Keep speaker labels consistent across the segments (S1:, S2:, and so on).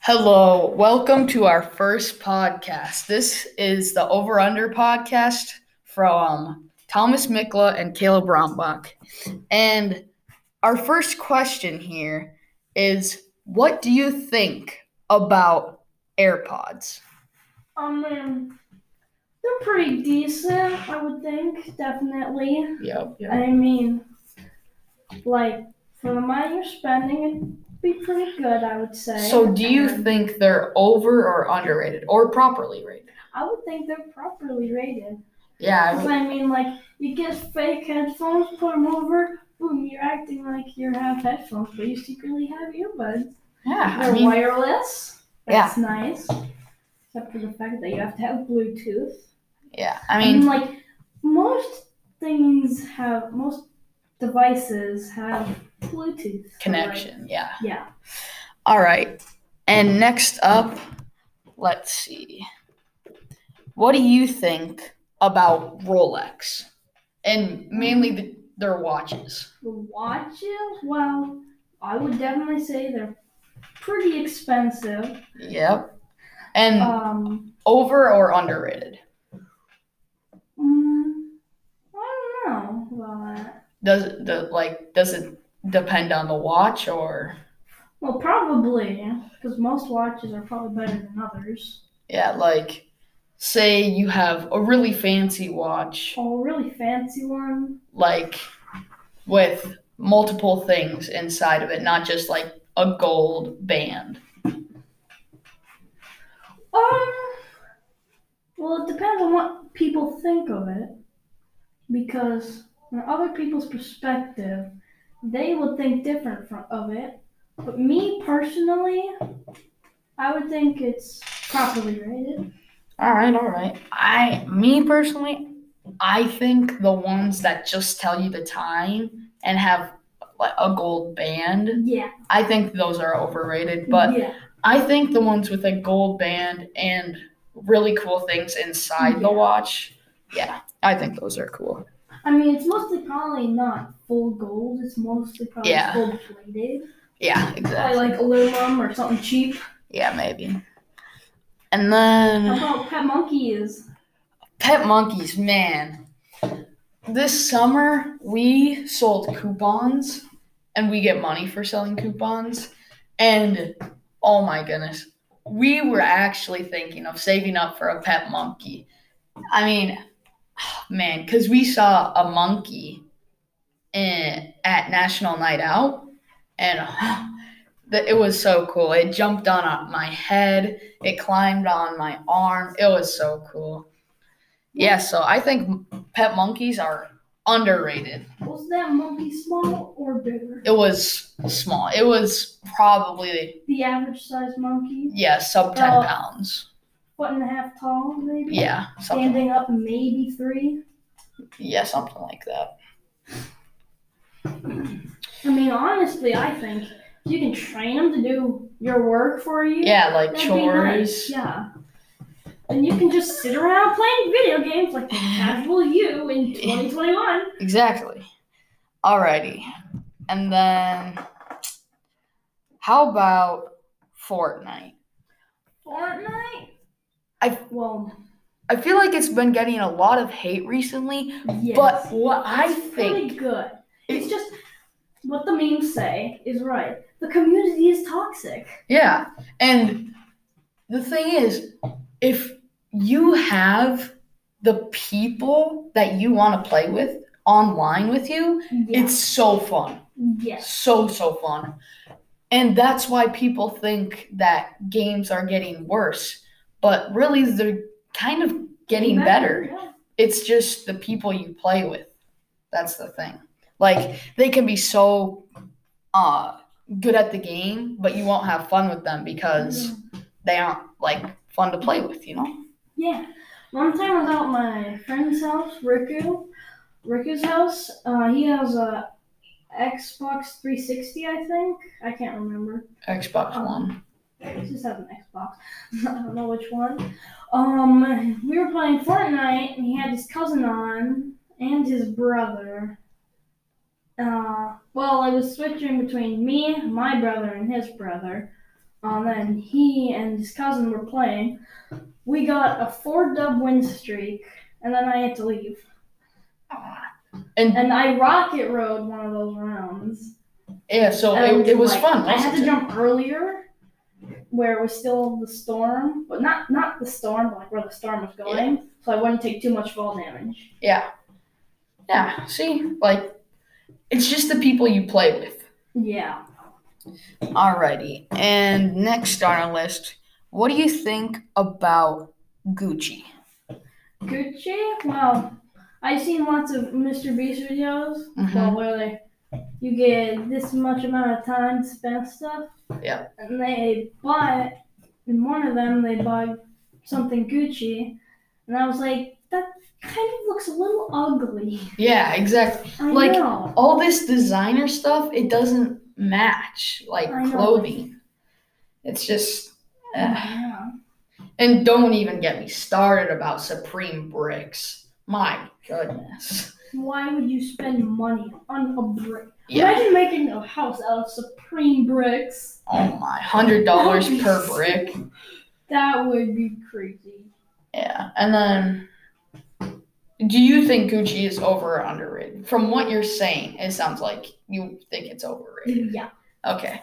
S1: Hello, welcome to our first podcast. This is the Over Under podcast from Thomas Mikla and Caleb Rombach. And our first question here is what do you think about AirPods?
S2: Um, um, they're pretty decent, I would think, definitely.
S1: Yep.
S2: I mean, like, for the money you're spending, it'd be pretty good, I would say.
S1: So do you
S2: And
S1: think they're over or underrated or properly rated?
S2: I would think they're properly rated.
S1: Yeah. I
S2: 'Cause,
S1: would-
S2: I mean, like, you get fake headphones, put them over, boom, you're acting like you have headphones, but you secretly have earbuds.
S1: Yeah. I
S2: They're
S1: mean,
S2: wireless. That's nice. Except for the fact that you have to have Bluetooth.
S1: yeah. I
S2: I mean,
S1: mean,
S2: like most things have most devices have Bluetooth so,
S1: connection. Yeah.
S2: Like, yeah.
S1: All right. And next up, let's see. What do you think about Rolex and mainly the, their watches?
S2: The watches, well, I would definitely say they're pretty expensive.
S1: Yep. And
S2: Um,
S1: over or underrated?
S2: mm, I don't know about that.
S1: Does it the, like does it depend on the watch or
S2: Well, probably because most watches are probably better than others.
S1: yeah, like say you have a really fancy watch
S2: Oh, really fancy one.
S1: like with multiple things inside of it, not just like a gold band.
S2: Um, well, it depends on what people think of it. Because from other people's perspective, they would think different from, of it. But me personally, I would think it's properly rated.
S1: All right, all right. I, me personally, I think the ones that just tell you the time and have like a gold band,
S2: Yeah.
S1: I think those are overrated. But
S2: yeah.
S1: I think the ones with a gold band and really cool things inside the
S2: Yeah.
S1: watch, yeah, I think those are cool.
S2: I mean, it's mostly probably not full gold. It's mostly probably
S1: Yeah.
S2: gold plated.
S1: Yeah, exactly.
S2: Probably like aluminum or something cheap.
S1: Yeah, maybe. And
S2: How
S1: then
S2: about pet monkeys?
S1: pet monkeys, man. This summer we sold coupons and we get money for selling coupons. And oh my goodness, we were actually thinking of saving up for a pet monkey. I mean, man, because we saw a monkey in, at National Night Out and that it was so cool. It jumped on uh, my head, it climbed on my arm. It was so cool. Yeah, so I think pet monkeys are underrated.
S2: Was that monkey small or bigger?
S1: It was small. It was probably
S2: The average size monkey.
S1: yeah, sub ten
S2: Oh.
S1: pounds.
S2: foot and a half tall, maybe.
S1: Yeah, something.
S2: Standing up, maybe three.
S1: Yeah, something like that.
S2: I mean, honestly, I think if you can train them to do your work for you.
S1: Yeah, like
S2: that'd be nice,
S1: chores.
S2: Yeah. And you can just sit around playing video games like the casual you in 2021.
S1: Exactly. Alrighty, and then how about Fortnite?
S2: Fortnite.
S1: I-
S2: well,
S1: I feel like it's been getting a lot of hate recently,
S2: yes.
S1: but what I
S2: It's really
S1: think
S2: good. It's just what the memes say is right. The community is toxic.
S1: Yeah. And the thing is, if you have the people that you want to play with online with you,
S2: Yes.
S1: it's so fun.
S2: yes.
S1: So, so fun. And that's why people think that games are getting worse. But really, they're kind of getting better.
S2: Yeah.
S1: It's just the people you play with. That's the thing. Like, they can be so uh, good at the game, but you won't have fun with them because
S2: Mm-hmm.
S1: they aren't like fun to play with, you know?
S2: Yeah. One time I was out at my friend's house, Riku. Riku's house. Uh, he has a Xbox 360, I think. I can't remember.
S1: Xbox
S2: Oh.
S1: One.
S2: He just has an Xbox. I don't know which one. Um, we were playing Fortnite, and he had his cousin on and his brother. Uh, well, I was switching between me, my brother, and his brother. Um, and he and his cousin were playing. We got a four dub win streak, and then I had to leave. Oh.
S1: And-
S2: and I rocket rode one of those rounds.
S1: Yeah, so
S2: And
S1: it, it was
S2: like,
S1: fun.
S2: I had
S1: wasn't
S2: to
S1: it?
S2: jump earlier, where it was still the storm, but not not the storm, but like where the storm was going, so I wouldn't take too much fall damage.
S1: Yeah. Yeah, see? Like, it's just the people you play with.
S2: Yeah.
S1: Alrighty. And next on our list, what do you think about Gucci?
S2: Gucci. Well, I've seen lots of Mr. Beast videos.
S1: Mhm.
S2: Well, where they you get this much amount of time to spend stuff.
S1: Yeah.
S2: And they bought in one of them they bought something Gucci, and I was like, that kind of looks a little ugly.
S1: Yeah, exactly.
S2: I
S1: Like,
S2: know.
S1: All this designer stuff, it doesn't match like
S2: I know.
S1: clothing. It's just. eh.
S2: Yeah.
S1: And don't even get me started about Supreme Bricks. My goodness.
S2: Why would you spend money on a brick?
S1: Yeah.
S2: Imagine making a house out of Supreme bricks.
S1: Oh my. $100 per
S2: Nice.
S1: brick.
S2: That would be crazy.
S1: Yeah, and then do you think Gucci is over or underrated? From what you're saying, it sounds like you think it's overrated.
S2: Yeah.
S1: Okay.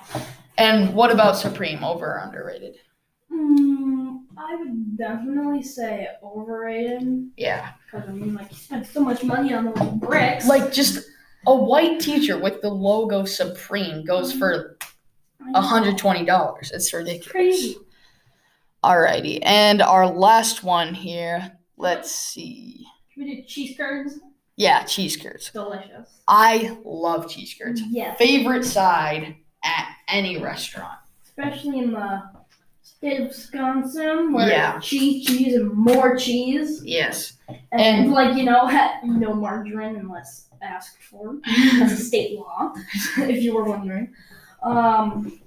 S1: And what about Supreme, over or underrated?
S2: Mm, I would definitely say overrated.
S1: Yeah.
S2: Because I mean, like, you spent so much money on those bricks.
S1: Like just a white t-shirt with the logo Supreme goes for
S2: I know.
S1: $120. It's ridiculous.
S2: It's crazy.
S1: Alrighty. And our last one here. Let's see.
S2: We did cheese curds.
S1: Yeah, cheese curds.
S2: Delicious.
S1: I love cheese curds.
S2: Yes.
S1: Favorite side at any restaurant.
S2: Especially in the state of Wisconsin, where
S1: Yeah.
S2: it's cheese, cheese, and more cheese,
S1: Yes.
S2: and,
S1: And-
S2: like you know, no margarine unless asked for. It's a state law, if you were wondering. Um,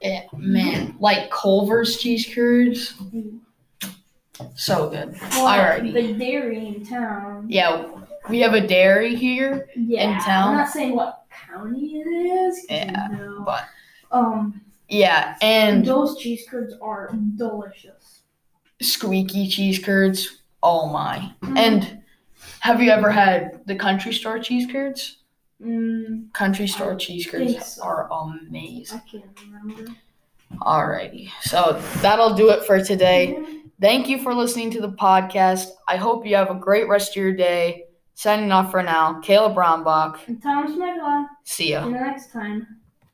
S1: Eh, man, like Culver's cheese curds,
S2: well,
S1: so good. Alrighty.
S2: the dairy in town.
S1: Yeah, we have a dairy here.
S2: Yeah,
S1: town?
S2: I'm not saying what county it is. 'cause
S1: Yeah,
S2: you know.
S1: but-
S2: um,
S1: Yeah, and
S2: those cheese curds are delicious.
S1: squeaky cheese curds. Oh my!
S2: Mm-hmm.
S1: And have you ever had the country store cheese curds?
S2: Mm,
S1: Country store cheese
S2: think
S1: curds
S2: so.
S1: are amazing.
S2: I can't remember.
S1: Alrighty, so that'll do it for today.
S2: Mm,
S1: Thank you for listening to the podcast. I hope you have a great rest of your day. Signing off for now, Caleb Brombach.
S2: And Thomas Michael.
S1: See ya.
S2: See you next time.